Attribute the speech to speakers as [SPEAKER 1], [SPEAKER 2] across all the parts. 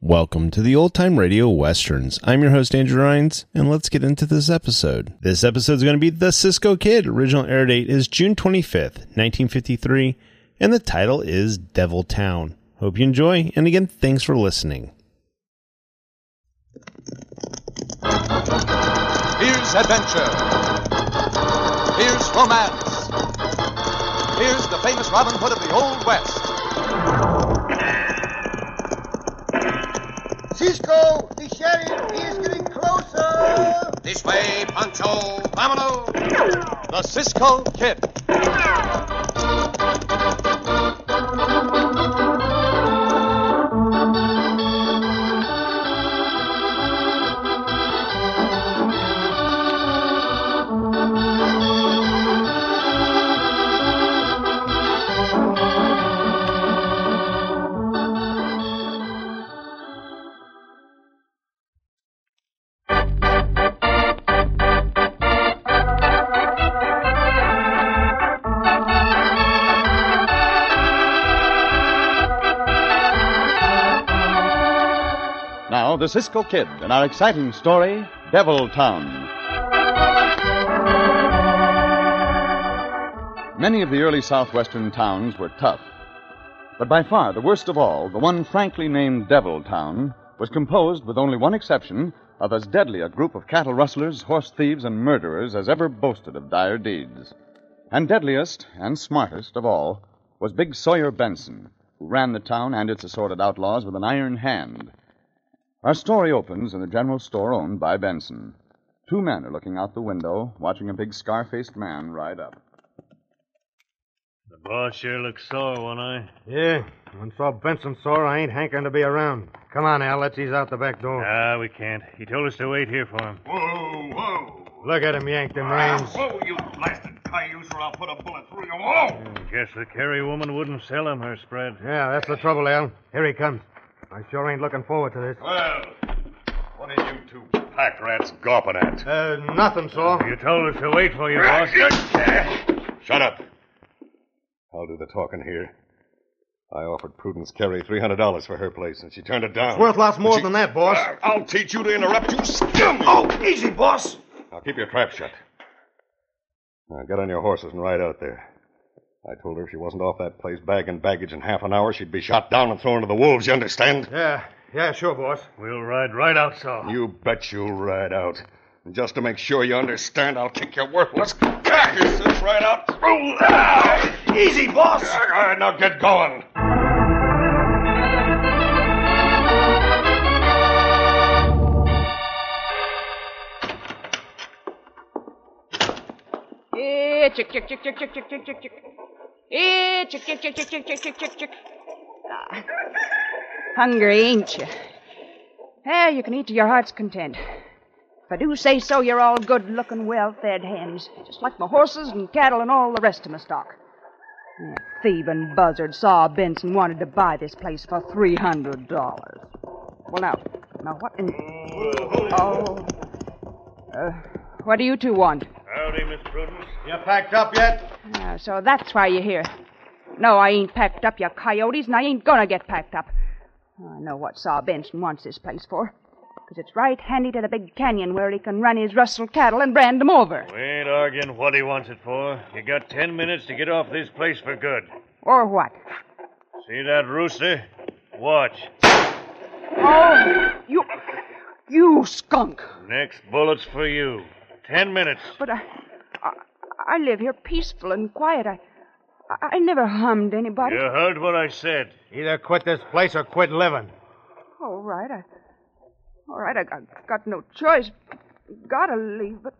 [SPEAKER 1] Welcome to the Old Time Radio Westerns. I'm your host, Andrew Rhines, and let's get into this episode. This episode is going to be The Cisco Kid. Original air date is June 25th, 1953, and the title is Devil Town. Hope you enjoy, and again, thanks for listening.
[SPEAKER 2] Here's adventure. Here's romance. Here's the famous Robin Hood of the Old West.
[SPEAKER 3] Cisco, the sheriff, he is getting closer.
[SPEAKER 2] This way, Pancho. Vámonos. The Cisco Kid. Now, the Cisco Kid and our exciting story, Devil Town. Many of the early southwestern towns were tough. But by far the worst of all, the one frankly named Devil Town, was composed, with only one exception, of as deadly a group of cattle rustlers, horse thieves, and murderers as ever boasted of dire deeds. And deadliest and smartest of all was big Sawyer Benson, who ran the town and its assorted outlaws with an iron hand. Our story opens in the general store owned by Benson. Two men are looking out the window, watching a big scar faced man ride up.
[SPEAKER 4] The boss sure looks sore, one eye.
[SPEAKER 5] Yeah, when saw Benson sore, I ain't hankering to be around. Come on, Al, let's ease out the back door.
[SPEAKER 4] Ah, we can't. He told us to wait here for him.
[SPEAKER 6] Whoa, whoa. Ah,
[SPEAKER 5] Look at him yank them reins.
[SPEAKER 6] Whoa, you blasted cayuse, or I'll put a bullet through you. Whoa!
[SPEAKER 4] Hmm, Guess the carry woman wouldn't sell him her spread.
[SPEAKER 5] Yeah, that's the trouble, Al. Here he comes. I sure ain't looking forward to this.
[SPEAKER 6] Well, what are you two pack rats gawping at?
[SPEAKER 5] Uh, nothing, Saw.
[SPEAKER 4] You told us to wait for you, boss.
[SPEAKER 6] Shut up. I'll do the talking here. I offered Prudence Carey $300 for her place, and she turned it down.
[SPEAKER 5] Worth lots more
[SPEAKER 6] She-
[SPEAKER 5] than that, boss.
[SPEAKER 6] Uh, I'll teach you to interrupt, you scum!
[SPEAKER 5] Oh, easy, boss.
[SPEAKER 6] Now keep your trap shut. Now get on your horses and ride out there. I told her if she wasn't off that place, bag and baggage, in half an hour, she'd be shot down and thrown to the wolves, you understand?
[SPEAKER 5] Yeah, yeah, sure, boss.
[SPEAKER 4] We'll ride right out, Saw.
[SPEAKER 6] You bet you'll ride out. And just to make sure you understand, I'll kick your worthless carcasses right out through. Easy, boss. All right, now get going.
[SPEAKER 7] Eh, chick, chick, chick, chick, chick, chick, chick, chick, chick. Eh, chick, chick, chick, chick, chick, chick, chick, chick, chick. Ah. Hungry, ain't you? Well, you can eat to your heart's content. If I do say so, you're all good looking, well fed hens, just like my horses and cattle and all the rest of my stock. That thieving buzzard saw Benson wanted to buy this place for three hundred dollars. Well, now, now what in? Oh, uh, what do you two want?
[SPEAKER 4] Howdy, Miss Prudence.
[SPEAKER 5] You packed up yet?
[SPEAKER 7] Uh, so that's why you're here. No, I ain't packed up, you coyotes, and I ain't gonna get packed up. I know what Saw Benson wants this place for. 'Cause it's right handy to the big canyon where he can run his rustle cattle and brand 'em over.
[SPEAKER 4] We ain't arguing what he wants it for. You got ten minutes to get off this place for good.
[SPEAKER 7] Or what?
[SPEAKER 4] See that rooster? Watch.
[SPEAKER 7] Oh, you. You skunk.
[SPEAKER 4] Next bullet's for you. Ten minutes.
[SPEAKER 7] But I. I, I live here peaceful and quiet. I. I I never harmed anybody.
[SPEAKER 4] You heard what I said.
[SPEAKER 5] Either quit this place or quit living.
[SPEAKER 7] All right, I. All right, I, I got no choice. Gotta leave, but.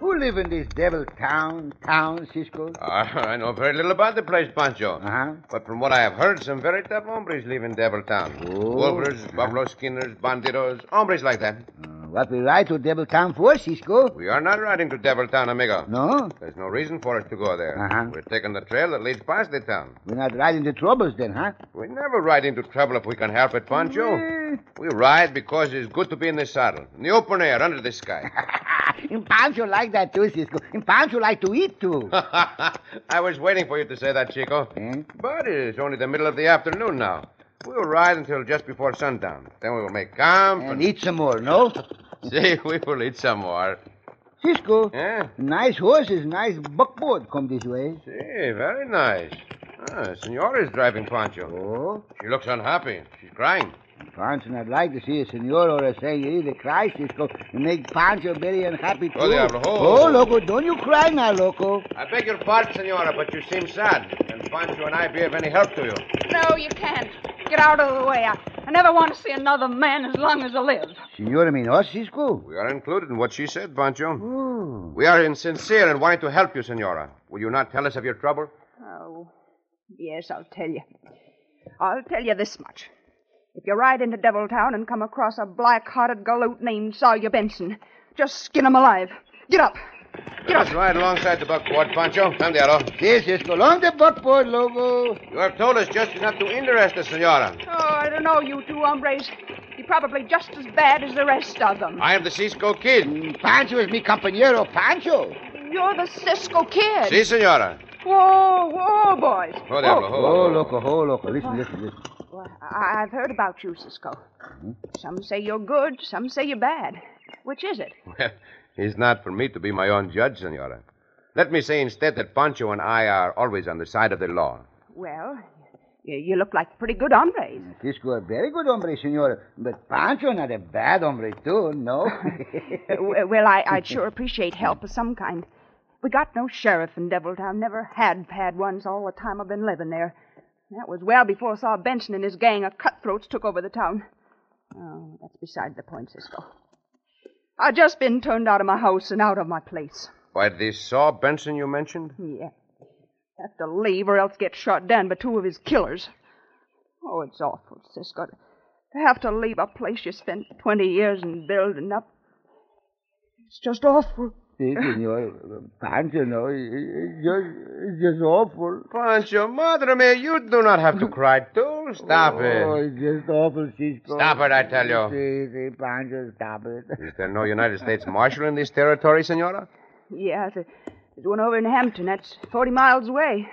[SPEAKER 3] Who live in this devil town, town, Cisco?
[SPEAKER 8] Ah, I know very little about the place, Pancho.
[SPEAKER 3] Uh-huh.
[SPEAKER 8] But from what I have heard, some very tough hombres live in Devil Town.
[SPEAKER 3] Oh.
[SPEAKER 8] Wolvers, Buffalo Skinners, Bandidos, hombres like that.
[SPEAKER 3] Uh, What we ride to Devil Town for, Cisco?
[SPEAKER 8] We are not riding to Devil Town, amigo.
[SPEAKER 3] No?
[SPEAKER 8] There's no reason for us to go there.
[SPEAKER 3] Uh-huh.
[SPEAKER 8] We're taking the trail that leads past the town.
[SPEAKER 3] We're not riding to troubles then, huh?
[SPEAKER 8] We never ride into trouble if we can help it, Pancho.
[SPEAKER 3] Eh,
[SPEAKER 8] We ride because it's good to be in the saddle, in the open air, under the sky.
[SPEAKER 3] In Pancho like that too, Cisco. In Pancho like to eat too.
[SPEAKER 8] I was waiting for you to say that, Chico.
[SPEAKER 3] Hmm?
[SPEAKER 8] But it's only the middle of the afternoon now. We'll ride until just before sundown. Then we will make camp
[SPEAKER 3] and eat some more, no?
[SPEAKER 8] See, we will eat some more. Eh?
[SPEAKER 3] Cisco,
[SPEAKER 8] Yeah?
[SPEAKER 3] nice horses, nice buckboard come this way.
[SPEAKER 8] See, very nice. Ah, Senora is driving Pancho.
[SPEAKER 3] Oh,
[SPEAKER 8] She looks unhappy. She's crying.
[SPEAKER 3] Pancho not like to see a senor or a senorita cry, Cisco. It make Pancho very unhappy too.
[SPEAKER 8] Oh, diablo.
[SPEAKER 3] Oh,
[SPEAKER 8] Oh.
[SPEAKER 3] loco, don't you cry now, loco.
[SPEAKER 8] I beg your pardon, Senora, but you seem sad. Can Pancho and I be of any help to you?
[SPEAKER 7] No, you can't. Get out of the way. I, I never want to see another man as long as I live.
[SPEAKER 3] Senor, I mean us, Cisco.
[SPEAKER 8] We are included in what she said, Pancho.
[SPEAKER 3] Oh,
[SPEAKER 8] We are insincere in wanting to help you, Senora. Will you not tell us of your trouble?
[SPEAKER 7] Oh, yes, I'll tell you. I'll tell you this much. If you ride into Devil Town and come across a black hearted galoot named Sawyer Benson, just skin him alive. Get up. Get
[SPEAKER 8] Let's
[SPEAKER 7] up.
[SPEAKER 8] ride alongside the buckboard, Pancho. Tandiaro.
[SPEAKER 3] this is along the buckboard, loco.
[SPEAKER 8] You have told us just enough to interest us, Senora.
[SPEAKER 7] Oh, I don't know, you two hombres. You're probably just as bad as the rest of them.
[SPEAKER 8] I am the Cisco Kid.
[SPEAKER 3] Mm, Pancho is mi compañero, Pancho.
[SPEAKER 7] You're the Cisco kid.
[SPEAKER 8] See, Senora.
[SPEAKER 7] Whoa, whoa, boys.
[SPEAKER 8] Oh, diablo.
[SPEAKER 3] Oh, loco, oh, loco. Listen, listen, listen.
[SPEAKER 7] Well, I- I've heard about you, Cisco. Some say you're good, some say you're bad. Which is it?
[SPEAKER 8] Well, it's not for me to be my own judge, Senora. Let me say instead that Pancho and I are always on the side of the law.
[SPEAKER 7] Well, you, you look like pretty good hombres.
[SPEAKER 3] Cisco a very good hombre, senor. But Pancho not a bad hombre, too, no?
[SPEAKER 7] Uh, w- well, I, I'd sure appreciate help of some kind. We got no sheriff in Deviltown. Never had had ones all the time I've been living there. That was well before Saw Benson and his gang of cutthroats took over the town. Oh, that's beside the point, Cisco. I've just been turned out of my house and out of my place.
[SPEAKER 8] Why, this Saw Benson you mentioned?
[SPEAKER 7] Yeah. Have to leave or else get shot down by two of his killers. Oh, it's awful, Cisco. To have to leave a place you spent 20 years in building up. It's just awful.
[SPEAKER 3] Sí, senor. Pancho, no. It's just, it's just awful.
[SPEAKER 8] Pancho, Madre Mia, you do not have to cry, too. Stop
[SPEAKER 3] Oh,
[SPEAKER 8] it.
[SPEAKER 3] it's just awful, Cisco.
[SPEAKER 8] Stop it, I tell you.
[SPEAKER 3] Sí, sí, Pancho, stop it.
[SPEAKER 8] Is there no United States Marshal in this territory, Senora?
[SPEAKER 7] Yeah, there- there's one over in Hampton. That's 40 miles away.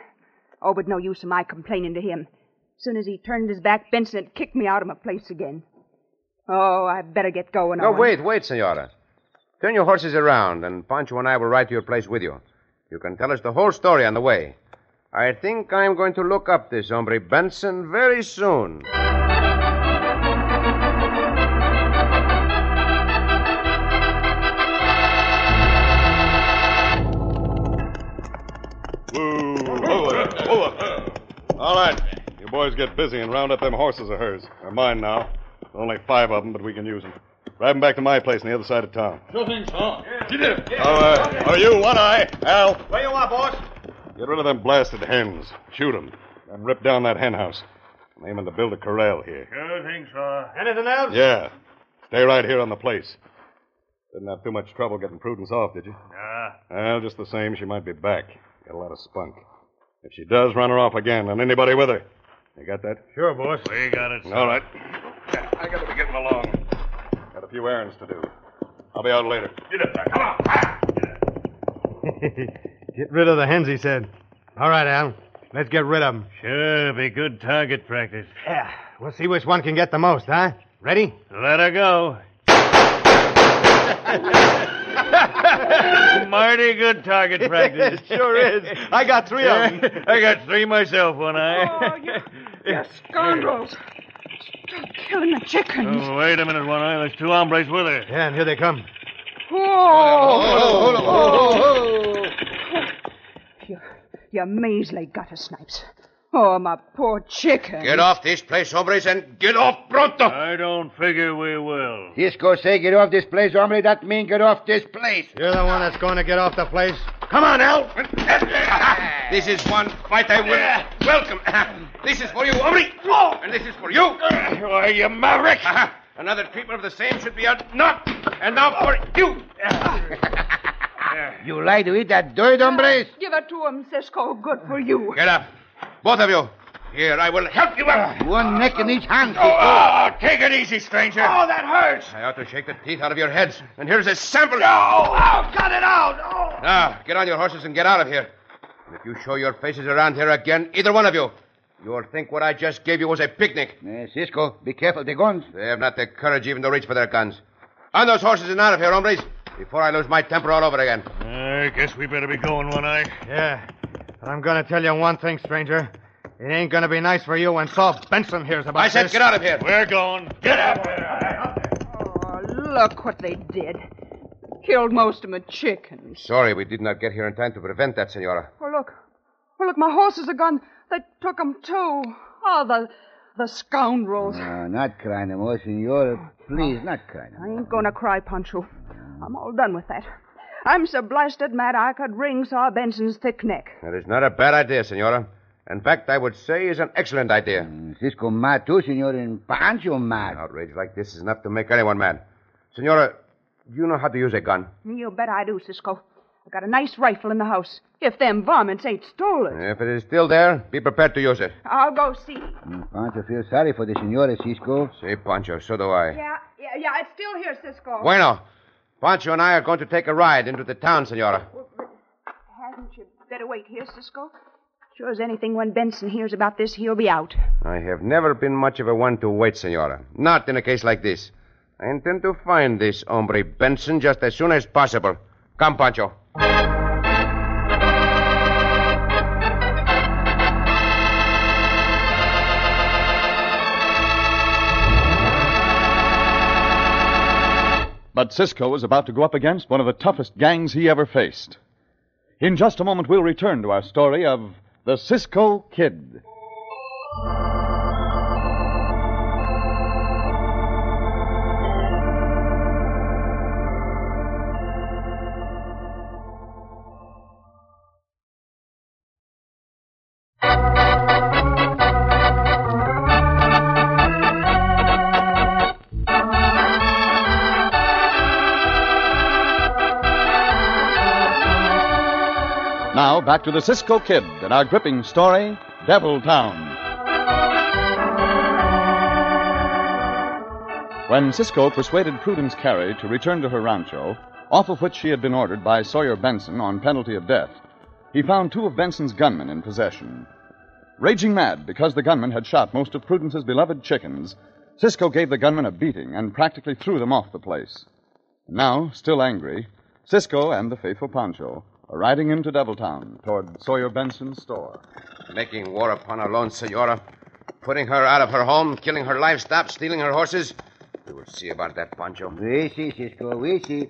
[SPEAKER 7] Oh, but no use of my complaining to him. As soon as he turned his back, Benson had kicked me out of my place again. Oh, I better get going.
[SPEAKER 8] No,
[SPEAKER 7] on.
[SPEAKER 8] wait, wait, Senora. Turn your horses around, and Pancho and I will ride to your place with you. You can tell us the whole story on the way. I think I'm going to look up this hombre Benson very soon.
[SPEAKER 6] Woo, whoa, whoa. All right. You boys get busy and round up them horses of hers. They're mine now. Only five of them, but we can use them. Drive them back to my place on the other side of town. Sure thing, Tom. All right. Are you one eye, Al? Where you are, boss? Get rid of them blasted hens. Shoot them. And rip down that hen house. I'm aiming to build a corral here.
[SPEAKER 4] Sure thing, Saw.
[SPEAKER 5] Anything else?
[SPEAKER 6] Yeah. Stay right here on the place. Didn't have too much trouble getting Prudence off, did you?
[SPEAKER 4] Nah,
[SPEAKER 6] Well, just the same, she might be back. Got a lot of spunk. If she does, run her off again, and anybody with her. You got that?
[SPEAKER 5] Sure, boss.
[SPEAKER 4] we got it. Saw.
[SPEAKER 6] All right. Yeah, I gotta be getting along. Got a few errands to do. I'll be out later. Get up Come on.
[SPEAKER 5] Get rid of the hens, he said. All right, Al. Let's get rid of them.
[SPEAKER 4] Sure, be good target practice.
[SPEAKER 5] Yeah. We'll see which one can get the most, huh? Ready?
[SPEAKER 4] Let her go. Mighty good target practice.
[SPEAKER 5] sure is. I got three of them.
[SPEAKER 4] I got three myself, one
[SPEAKER 7] Oh,
[SPEAKER 4] eye.
[SPEAKER 7] you, you scoundrels. Stop killing the chickens.
[SPEAKER 4] Oh, wait a minute, one eye. There's two hombres with her.
[SPEAKER 5] Yeah, and here they come.
[SPEAKER 7] Whoa!
[SPEAKER 8] Oh,
[SPEAKER 7] You, you measly gutter snipes. Oh, my poor chicken.
[SPEAKER 8] Get off this place, hombres, and get off pronto.
[SPEAKER 4] I don't figure we will.
[SPEAKER 3] Cisco say get off this place, hombre. That mean get off this place.
[SPEAKER 5] You're the one that's going to get off the place.
[SPEAKER 8] Come on, Al. this is one fight I will welcome. This is for you, hombre. And this is for you. Why, you maverick. Another treatment of the same should be a knot. And now for you.
[SPEAKER 3] You like to eat that dirt, hombres?
[SPEAKER 7] Uh, Give it to him, Cisco. Good for you.
[SPEAKER 8] Get up. Both of you. Here, I will help you up.
[SPEAKER 3] One neck in each hand, Cisco.
[SPEAKER 8] Oh, take it easy, stranger. Oh, that hurts. I ought to shake the teeth out of your heads. And here's a sample. No, oh, cut it out.
[SPEAKER 3] Oh.
[SPEAKER 8] Now, get on your horses and get out of here. And if you show your faces around here again, either one of you, you'll think what I just gave you was a picnic.
[SPEAKER 3] Eh, Cisco, be careful, the guns.
[SPEAKER 8] They have not the courage even to reach for their guns. On those horses and out of here, hombres, before I lose my temper all over again.
[SPEAKER 4] I guess we better be going, One Eye.
[SPEAKER 5] Yeah. But I'm going to tell you one thing, stranger. It ain't going to be nice for you when Saul Benson hears about
[SPEAKER 8] I said
[SPEAKER 5] this.
[SPEAKER 8] get out of here.
[SPEAKER 4] We're going. Get up!
[SPEAKER 7] Oh, look what they did. Killed most of my chickens.
[SPEAKER 8] Sorry we did not get here in time to prevent that, senora.
[SPEAKER 7] Oh, look. Oh, look, my horses are gone. They took 'em too. Oh, the, the scoundrels.
[SPEAKER 3] No, not cry no more, senora. Please, not cry no
[SPEAKER 7] I
[SPEAKER 3] more.
[SPEAKER 7] ain't gonna cry, Pancho. I'm all done with that. I'm so blasted mad I could wring Saw Benson's thick neck.
[SPEAKER 8] That is not a bad idea, senora. In fact, I would say is an excellent idea.
[SPEAKER 3] Cisco mad too, senor, and Pancho
[SPEAKER 8] An
[SPEAKER 3] mad.
[SPEAKER 8] outrage like this is enough to make anyone mad. Senora, do you know how to use a gun?
[SPEAKER 7] You bet I do, Cisco. I got a nice rifle in the house. If them varmints ain't stolen,
[SPEAKER 8] If it is still there, be prepared to use it.
[SPEAKER 7] I'll go see.
[SPEAKER 3] Mm, Pancho feels sorry for the senora, Cisco.
[SPEAKER 8] Say, Pancho, so do I.
[SPEAKER 7] Yeah, yeah, yeah. It's still here, Cisco.
[SPEAKER 8] Bueno, Pancho and I are going to take a ride into the town, senora.
[SPEAKER 7] Hadn't you better wait here, Cisco? Sure as anything, when Benson hears about this, he'll be out.
[SPEAKER 8] I have never been much of a one to wait, senora. Not in a case like this. I intend to find this hombre Benson just as soon as possible. Come, Pancho.
[SPEAKER 2] But Cisco was about to go up against one of the toughest gangs he ever faced. In just a moment, we'll return to our story of the Cisco Kid. Now, back to the Cisco Kid and our gripping story, Devil Town. When Cisco persuaded Prudence Carey to return to her rancho, off of which she had been ordered by Sawyer Benson on penalty of death, he found two of Benson's gunmen in possession. Raging mad because the gunmen had shot most of Prudence's beloved chickens, Cisco gave the gunmen a beating and practically threw them off the place. Now, still angry, Cisco and the faithful Pancho are riding into Deviltown toward Sawyer Benson's store.
[SPEAKER 8] Making war upon our lone senora, putting her out of her home, killing her livestock, stealing her horses. We will see about that, Pancho.
[SPEAKER 3] We see, Cisco, we see.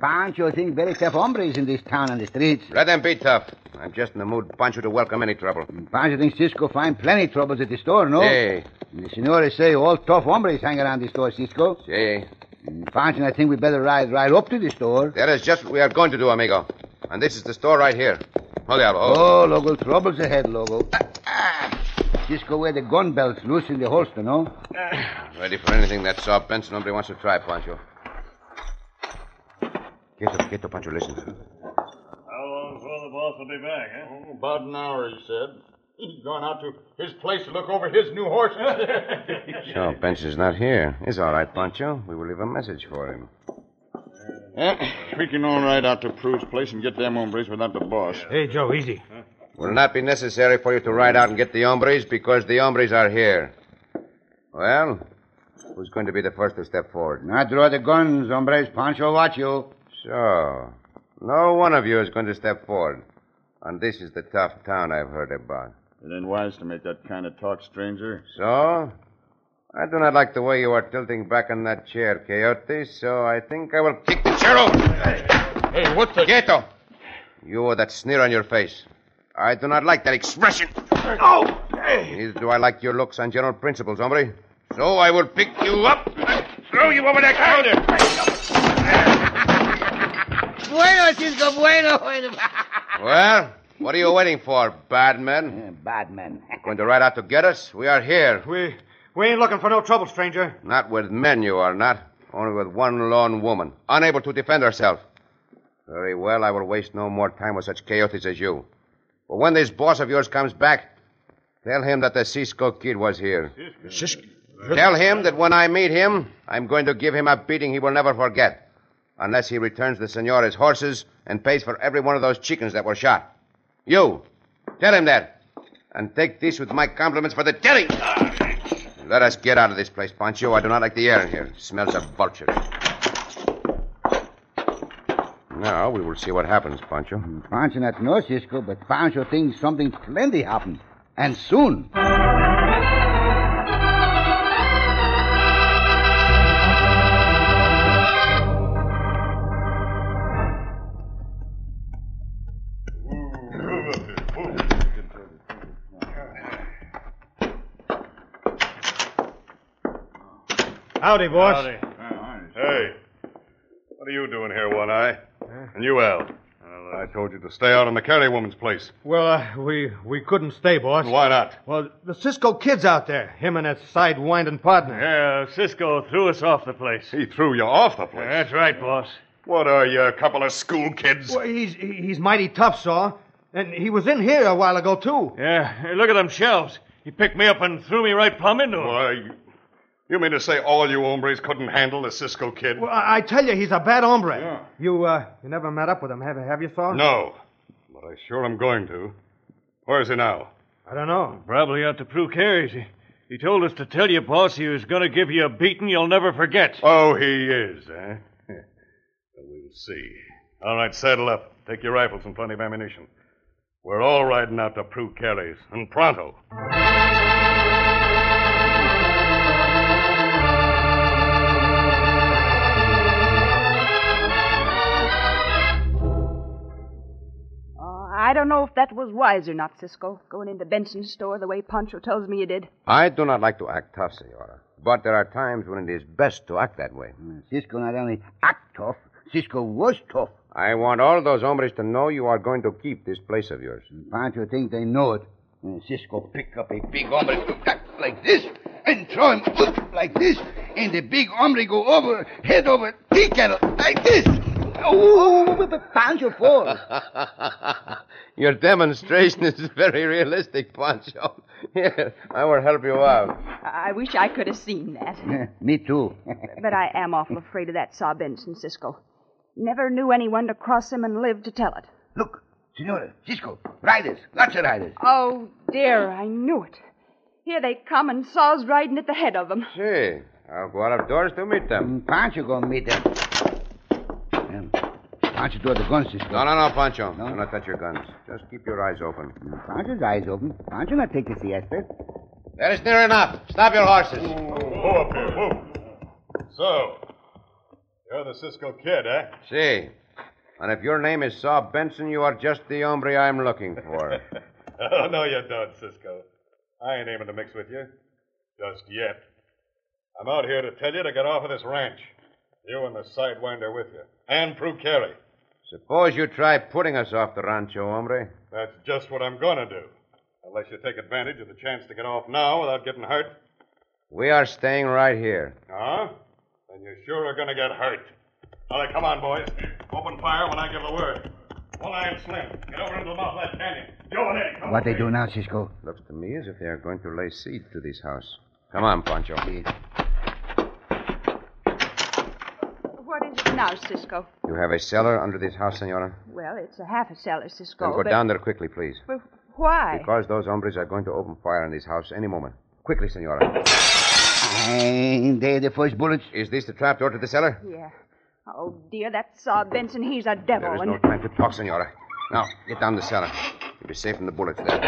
[SPEAKER 3] Pancho think very tough hombres in this town on the streets.
[SPEAKER 8] Let them be tough. I'm just in the mood, Pancho, to welcome any trouble.
[SPEAKER 3] Pancho thinks Cisco find plenty troubles at the store, no?
[SPEAKER 8] Hey,
[SPEAKER 3] And The senora say all tough hombres hang around the store, Cisco.
[SPEAKER 8] hey,
[SPEAKER 3] And Pancho, I think we better ride right up to the store.
[SPEAKER 8] that is just what we are going to do, amigo. And this is the store right here. Holy oh.
[SPEAKER 3] Oh, Logo, troubles ahead, Logo. Ah, ah. Cisco wear the gun belts loose in the holster, no?
[SPEAKER 8] Oh, ready for anything that saw Benson nobody wants to try, Pancho. Get up, get up, Pancho, listen.
[SPEAKER 4] How long before the boss will be back, huh?
[SPEAKER 6] Oh, About an hour, he said. He's gone out to his place to look over his new horse.
[SPEAKER 8] So, Benson's not here. It's all right, Pancho. We will leave a message for him.
[SPEAKER 6] Eh, we can all ride out to Prue's place and get them hombres without the boss.
[SPEAKER 5] Hey, Joe, easy.
[SPEAKER 8] Will not be necessary for you to ride out and get the hombres because the hombres are here. Well, who's going to be the first to step forward?
[SPEAKER 3] Now draw the guns, hombres. Pancho watch you.
[SPEAKER 8] So, no one of you is going to step forward. And this is the tough town I've heard about.
[SPEAKER 6] It ain't wise to make that kind of talk, stranger.
[SPEAKER 8] So, I do not like the way you are tilting back in that chair, Coyote, so I think I will kick the chair over. Hey, what the... Quieto! You with that sneer on your face. I do not like that expression. Oh! Neither do I like your looks and general principles, hombre. So I will pick you up and throw you over the counter.
[SPEAKER 3] Bueno, Cisco, bueno, bueno.
[SPEAKER 8] Well, what are you waiting for, bad men?
[SPEAKER 3] Bad man.
[SPEAKER 8] Going to ride out to get us? We are here.
[SPEAKER 6] We
[SPEAKER 5] We ain't looking for no trouble, stranger.
[SPEAKER 8] Not with men, you are not. Only with one lone woman, unable to defend herself. Very well, I will waste no more time with such coyotes as you. But when this boss of yours comes back, tell him that the Cisco kid was here. Tell him that when I meet him, I'm going to give him a beating he will never forget. Unless he returns the senora's horses and pays for every one of those chickens that were shot. You, tell him that. And take this with my compliments for the telling. Let us get out of this place, Pancho. I do not like the air in here. It smells of vultures. Now we will see what happens, Pancho.
[SPEAKER 3] Pancho not know, Cisco, but Pancho thinks something plenty happened. And soon.
[SPEAKER 5] Howdy, boss.
[SPEAKER 4] Howdy.
[SPEAKER 6] Hey, what are you doing here, One Eye? And you, Al? I told you to stay out on the carry woman's place.
[SPEAKER 5] uh, Well, uh, we we couldn't stay, boss.
[SPEAKER 6] Why not?
[SPEAKER 5] Well, the Cisco kid's out there. Him and that sidewinding partner.
[SPEAKER 4] Yeah, Cisco threw us off the place.
[SPEAKER 6] He threw you off the place.
[SPEAKER 4] That's right, boss.
[SPEAKER 6] What are you, a couple of school kids?
[SPEAKER 5] Well, he's he's mighty tough, Saw. And he was in here a while ago, too.
[SPEAKER 4] Yeah, hey, look at them shelves. He picked me up and threw me right plumb into 'em.
[SPEAKER 6] Why, you- you mean to say all you hombres couldn't handle the Cisco kid?
[SPEAKER 5] Well, I, I tell you, he's a bad hombre. You uh, you never met up with him, have, have you, Saw?
[SPEAKER 6] No, but I sure am going to. Where is he now?
[SPEAKER 5] I don't know.
[SPEAKER 4] Probably out to Prue Carey's. He, he told us to tell you, boss, he was going to give you a beating you'll never forget.
[SPEAKER 6] Oh, he is, eh? Well, we'll see. All right, saddle up. Take your rifles and plenty of ammunition. We're all riding out to Prue Carey's, and pronto.
[SPEAKER 7] Oh, I don't know if that was wise or not, Cisco, going into Benson's store the way Pancho tells me you did.
[SPEAKER 8] I do not like to act tough, Senora. But there are times when it is best to act that way.
[SPEAKER 3] Mm, Cisco not only act tough, Cisco was tough.
[SPEAKER 8] I want all those hombres to know you are going to keep this place of yours.
[SPEAKER 3] Pancho think they know it. And Cisco pick up a big hombre like this and throw him up like this. And the big hombre go over, head over, tea kettle, like this. Oh, Pancho falls.
[SPEAKER 8] Your demonstration is very realistic, Pancho. Here, I will help you out.
[SPEAKER 7] I I wish I could have seen that.
[SPEAKER 3] Me too.
[SPEAKER 7] But I am awful afraid of that Saw Benson, Cisco. Never knew anyone to cross him and live to tell it.
[SPEAKER 3] Look, Senora, Cisco, riders, lots of riders.
[SPEAKER 7] Oh, dear, I knew it. Here they come, and Saw's riding at the head of them.
[SPEAKER 8] Gee, I'll go out of doors to meet them.
[SPEAKER 3] Mm, Pancho go meet them. Um, Pancho throw the guns, Cisco.
[SPEAKER 8] No, no, no, Pancho.
[SPEAKER 3] No?
[SPEAKER 8] Do not touch your guns. Just keep your eyes open.
[SPEAKER 3] Mm, Pancho's eyes open. Pancho not take the siesta.
[SPEAKER 8] That is near enough. Stop your horses.
[SPEAKER 6] Whoa up here, whoa. So, you're the Cisco kid, eh?
[SPEAKER 8] See. And if your name is Saw Benson, you are just the hombre I'm looking for.
[SPEAKER 6] oh, no, you don't, Cisco. I ain't aiming to mix with you. Just yet. I'm out here to tell you to get off of this ranch. You and the sidewinder with you. And Prue Carey.
[SPEAKER 8] Suppose you try putting us off the rancho, hombre.
[SPEAKER 6] That's just what I'm gonna do. Unless you take advantage of the chance to get off now without getting hurt.
[SPEAKER 8] We are staying right here.
[SPEAKER 6] Huh? Then you sure are gonna get hurt. All right, come on, boys. Open fire when I give the word. One eye and Slim, get over into the mouth of that canyon. Joe and Eddie, come
[SPEAKER 3] What
[SPEAKER 6] on.
[SPEAKER 3] they do now, Cisco?
[SPEAKER 8] Looks to me as if they are going to lay siege to this house. Come on, Pancho.
[SPEAKER 7] What is it now, Cisco?
[SPEAKER 8] You have a cellar under this house, senora?
[SPEAKER 7] Well, it's a half a cellar, Cisco.
[SPEAKER 8] Then go
[SPEAKER 7] but-
[SPEAKER 8] down there quickly, please.
[SPEAKER 7] Well, Why?
[SPEAKER 8] Because those hombres are going to open fire in this house any moment. Quickly, senora.
[SPEAKER 3] Ain't they the first bullets?
[SPEAKER 8] Is this the trap door to the cellar?
[SPEAKER 7] Yeah. Oh, dear, that Saw Benson, he's a devil.
[SPEAKER 8] There is
[SPEAKER 7] and...
[SPEAKER 8] no time to talk, senora. Now, get down the cellar. You'll be safe from the bullets there.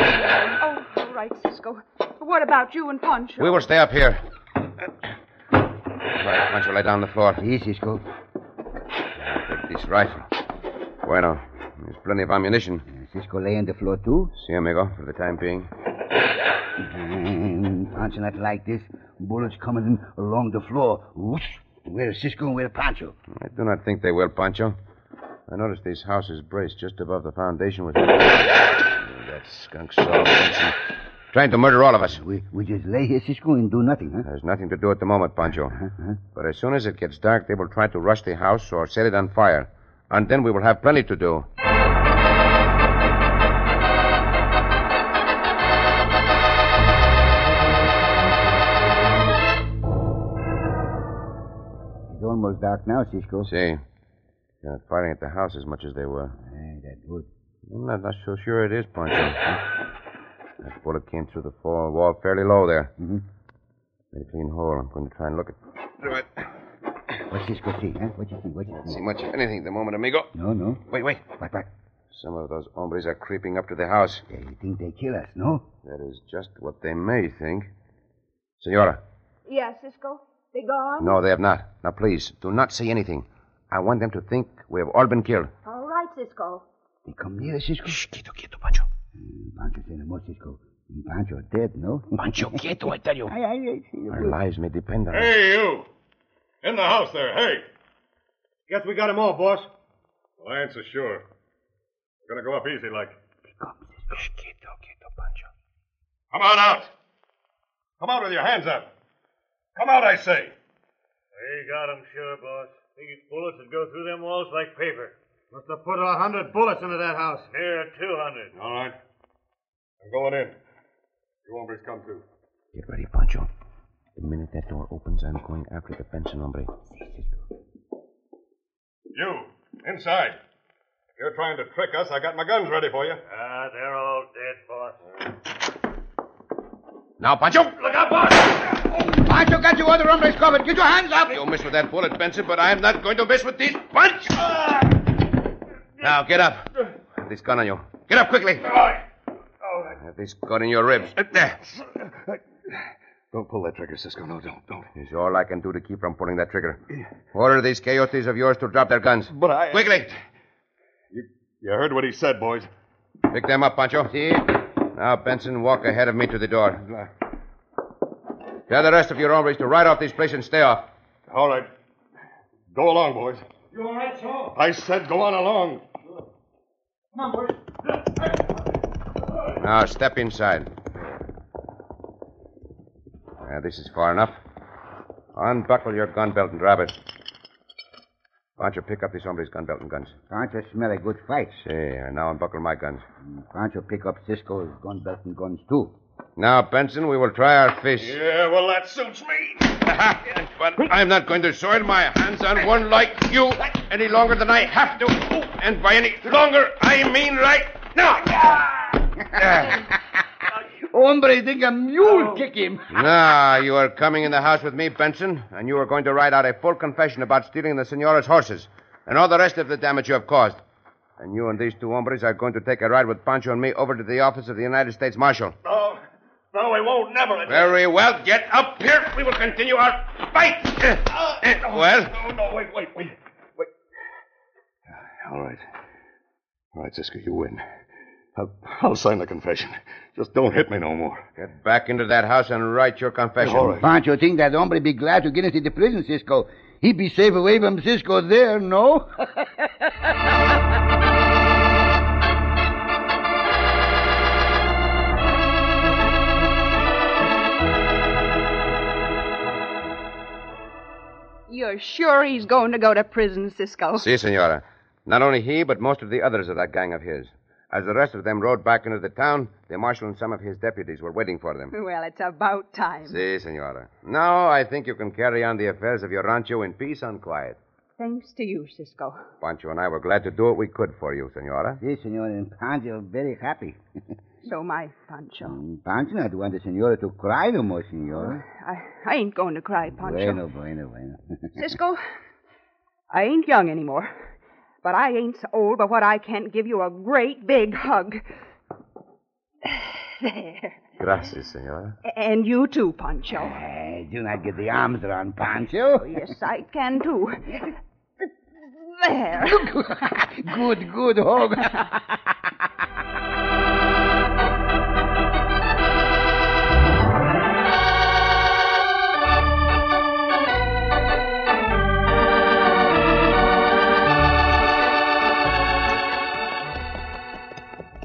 [SPEAKER 7] Oh, all right, Cisco. What about you and Poncho?
[SPEAKER 8] We will stay up here. All right, Pancho, lay down on the floor.
[SPEAKER 3] Yes, Cisco.
[SPEAKER 8] Take this rifle. Bueno, there's plenty of ammunition.
[SPEAKER 3] Mm, Cisco lay on the floor too.
[SPEAKER 8] See, amigo, for the time being.
[SPEAKER 3] And Pancho not like this. Bullets coming in along the floor. Whoosh. Where's Cisco and where's Pancho?
[SPEAKER 8] I do not think they will, Pancho. I noticed this house is braced just above the foundation with. that skunk saw Benson. Trying to murder all of us.
[SPEAKER 3] We, we just lay here, Cisco, and do nothing, huh?
[SPEAKER 8] There's nothing to do at the moment, Pancho. But as soon as it gets dark, they will try to rush the house or set it on fire. And then we will have plenty to do.
[SPEAKER 3] It's almost dark now, Cisco.
[SPEAKER 8] See, they're not firing at the house as much as they were.
[SPEAKER 3] Aye, that good.
[SPEAKER 8] I'm not, not so sure it is, Pancho. that bullet came through the fall wall fairly low there. Mm-hmm. Made a clean hole. I'm going to try and look at. Through it.
[SPEAKER 3] What Cisco see, huh? What you see? What you
[SPEAKER 8] See
[SPEAKER 3] see?
[SPEAKER 8] much of anything at the moment, amigo.
[SPEAKER 3] No, no.
[SPEAKER 8] Wait, wait.
[SPEAKER 3] What, what?
[SPEAKER 8] Some of those hombres are creeping up to the house.
[SPEAKER 3] They think they kill us, no?
[SPEAKER 8] That is just what they may think. Senora,
[SPEAKER 7] Yeah, Cisco. They gone?
[SPEAKER 8] no, they have not. Now, please, do not say anything. I want them to think we have all been killed.
[SPEAKER 7] All right, Cisco.
[SPEAKER 3] They come near us, Cisco.
[SPEAKER 8] Shh, quieto, quieto, Pancho.
[SPEAKER 3] Mm, Pancho say no more, Cisco. Mm, Pancho dead, no? Pancho, quieto, I tell you. I, I, I see
[SPEAKER 8] Our lives may depend on it.
[SPEAKER 6] Hey, you! In the house there, hey!
[SPEAKER 5] Guess we got him all, boss.
[SPEAKER 6] Well, I ain't so sure. We're gonna go up easy like. Come on out! Come out with your hands up! Come out, I say!
[SPEAKER 4] They got him, sure, boss. These bullets would go through them walls like paper.
[SPEAKER 5] Must have put a hundred bullets into that house.
[SPEAKER 4] Here are 200.
[SPEAKER 6] All right. I'm going in. You hombres come too.
[SPEAKER 8] Get ready, Pancho. The minute that door opens, I'm going after the Benson hombre.
[SPEAKER 6] You, inside. If you're trying to trick us, I got my guns ready for you.
[SPEAKER 4] Ah, they're all dead, boss.
[SPEAKER 8] Now, Pancho!
[SPEAKER 6] Look out, boss!
[SPEAKER 8] Pancho, got you other hombres covered. Get your hands up! You'll miss with that bullet, Benson, but I'm not going to miss with these punch!
[SPEAKER 6] Ah.
[SPEAKER 8] Now, get up. Have this gun on you. Get up quickly. Have this gun in your ribs. There.
[SPEAKER 6] Don't pull that trigger, Cisco. No, don't, don't.
[SPEAKER 8] It's all I can do to keep from pulling that trigger. Order these coyotes of yours to drop their guns.
[SPEAKER 6] But I.
[SPEAKER 8] Quickly!
[SPEAKER 6] You heard what he said, boys.
[SPEAKER 8] Pick them up, Pancho. See? Now, Benson, walk ahead of me to the door. Tell the rest of your hombres to ride off this place and stay off.
[SPEAKER 6] All right. Go along, boys. You all right, Saul? I said go on along.
[SPEAKER 8] Now, step inside. Now, this is far enough. Unbuckle your gun belt and drop it. Pancho, pick up this hombre's gun belt and guns.
[SPEAKER 3] Pancho smell a good fight.
[SPEAKER 8] See, I now unbuckle my guns.
[SPEAKER 3] Mm, Pancho pick up Cisco's gun belt and guns, too.
[SPEAKER 8] Now, Benson, we will try our fish.
[SPEAKER 6] Yeah, well, that suits me.
[SPEAKER 8] But I'm not going to soil my hands on one like you any longer than I have to. And by any longer, I mean right now.
[SPEAKER 3] Hombre, think a mule kick him.
[SPEAKER 8] Now, you are coming in the house with me, Benson, and you are going to write out a full confession about stealing the Senora's horses and all the rest of the damage you have caused. And you and these two hombres are going to take a ride with Pancho and me over to the office of the United States Marshal.
[SPEAKER 6] No, Oh, no, we won't. Never.
[SPEAKER 8] Very well. Get up here. We will continue our fight. Uh, uh, Well,
[SPEAKER 6] oh, No, no, wait, wait, wait. Wait. All right. All right, Cisco, you win. I'll, I'll sign the confession. Just don't hit me no more.
[SPEAKER 8] get back into that house and write your confession.
[SPEAKER 6] All right.
[SPEAKER 3] Pancho think that hombre be glad to get into the prison, Cisco. He be safe away from Cisco there, no?
[SPEAKER 7] You're sure he's going to go to prison, Cisco?
[SPEAKER 8] Si, senora. Not only he, but most of the others of that gang of his. As the rest of them rode back into the town, the marshal and some of his deputies were waiting for them.
[SPEAKER 7] Well, it's about time.
[SPEAKER 8] Si, senora. Now I think you can carry on the affairs of your rancho in peace and quiet.
[SPEAKER 7] Thanks to you, Cisco.
[SPEAKER 8] Pancho and I were glad to do what we could for you, senora.
[SPEAKER 3] yes, senor, and Pancho very happy.
[SPEAKER 7] So my Pancho.
[SPEAKER 3] Mm, Pancho not want the senora to cry no more, senora.
[SPEAKER 7] I, I ain't going to cry, Pancho.
[SPEAKER 3] Bueno, bueno, bueno.
[SPEAKER 7] Cisco, I ain't young anymore. But I ain't so old but what I can't give you a great big hug. There.
[SPEAKER 8] Gracias, senora.
[SPEAKER 7] And you too, Pancho.
[SPEAKER 3] Eh, do not get the arms around Pancho.
[SPEAKER 7] Yes, I can too. There.
[SPEAKER 3] good, good oh, hog.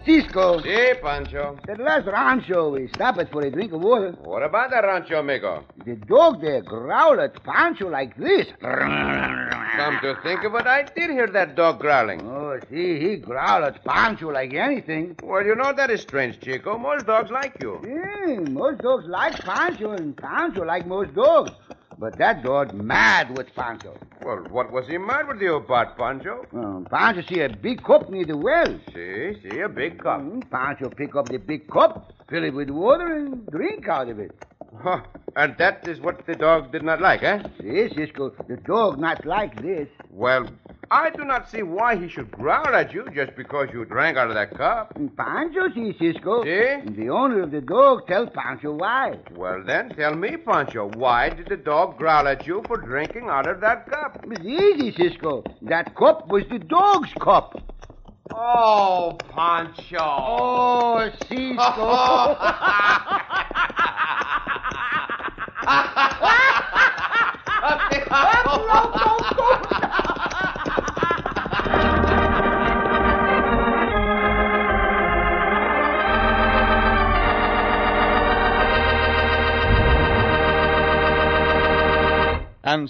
[SPEAKER 3] Cisco,
[SPEAKER 8] See, Pancho.
[SPEAKER 3] that last rancho, we stopped at for a drink of water.
[SPEAKER 8] What about that rancho, amigo?
[SPEAKER 3] The dog there growled at Pancho like this.
[SPEAKER 8] Come to think of it, I did hear that dog growling.
[SPEAKER 3] Oh, see, he growled at Pancho like anything.
[SPEAKER 8] Well, you know that is strange, Chico. Most dogs like you.
[SPEAKER 3] Yeah, Hmm, most dogs like Pancho, and Pancho like most dogs. But that dog mad with Pancho.
[SPEAKER 8] Well, what was he mad with you about, Pancho?
[SPEAKER 3] Um, Pancho see a big cup near the well.
[SPEAKER 8] See, see, a big cup.
[SPEAKER 3] Mm, Pancho pick up the big cup, fill it with water, and drink out of it.
[SPEAKER 8] Huh. And that is what the dog did not like, eh?
[SPEAKER 3] See, Cisco, the dog not like this.
[SPEAKER 8] Well, I do not see why he should growl at you just because you drank out of that cup.
[SPEAKER 3] And Pancho Hmm, see, Cisco.
[SPEAKER 8] See?
[SPEAKER 3] And The owner of the dog tell Pancho why.
[SPEAKER 8] Well, then, tell me, Pancho, why did the dog growl at you for drinking out of that cup?
[SPEAKER 3] It was easy, Cisco. That cup was the dog's cup.
[SPEAKER 8] Oh, Pancho.
[SPEAKER 3] Oh, Cisco.
[SPEAKER 2] And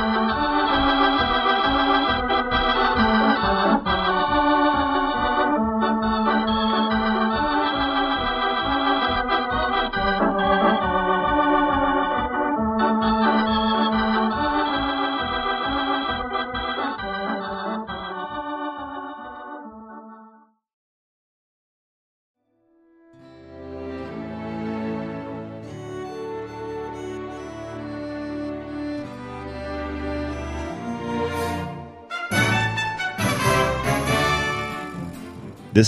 [SPEAKER 1] This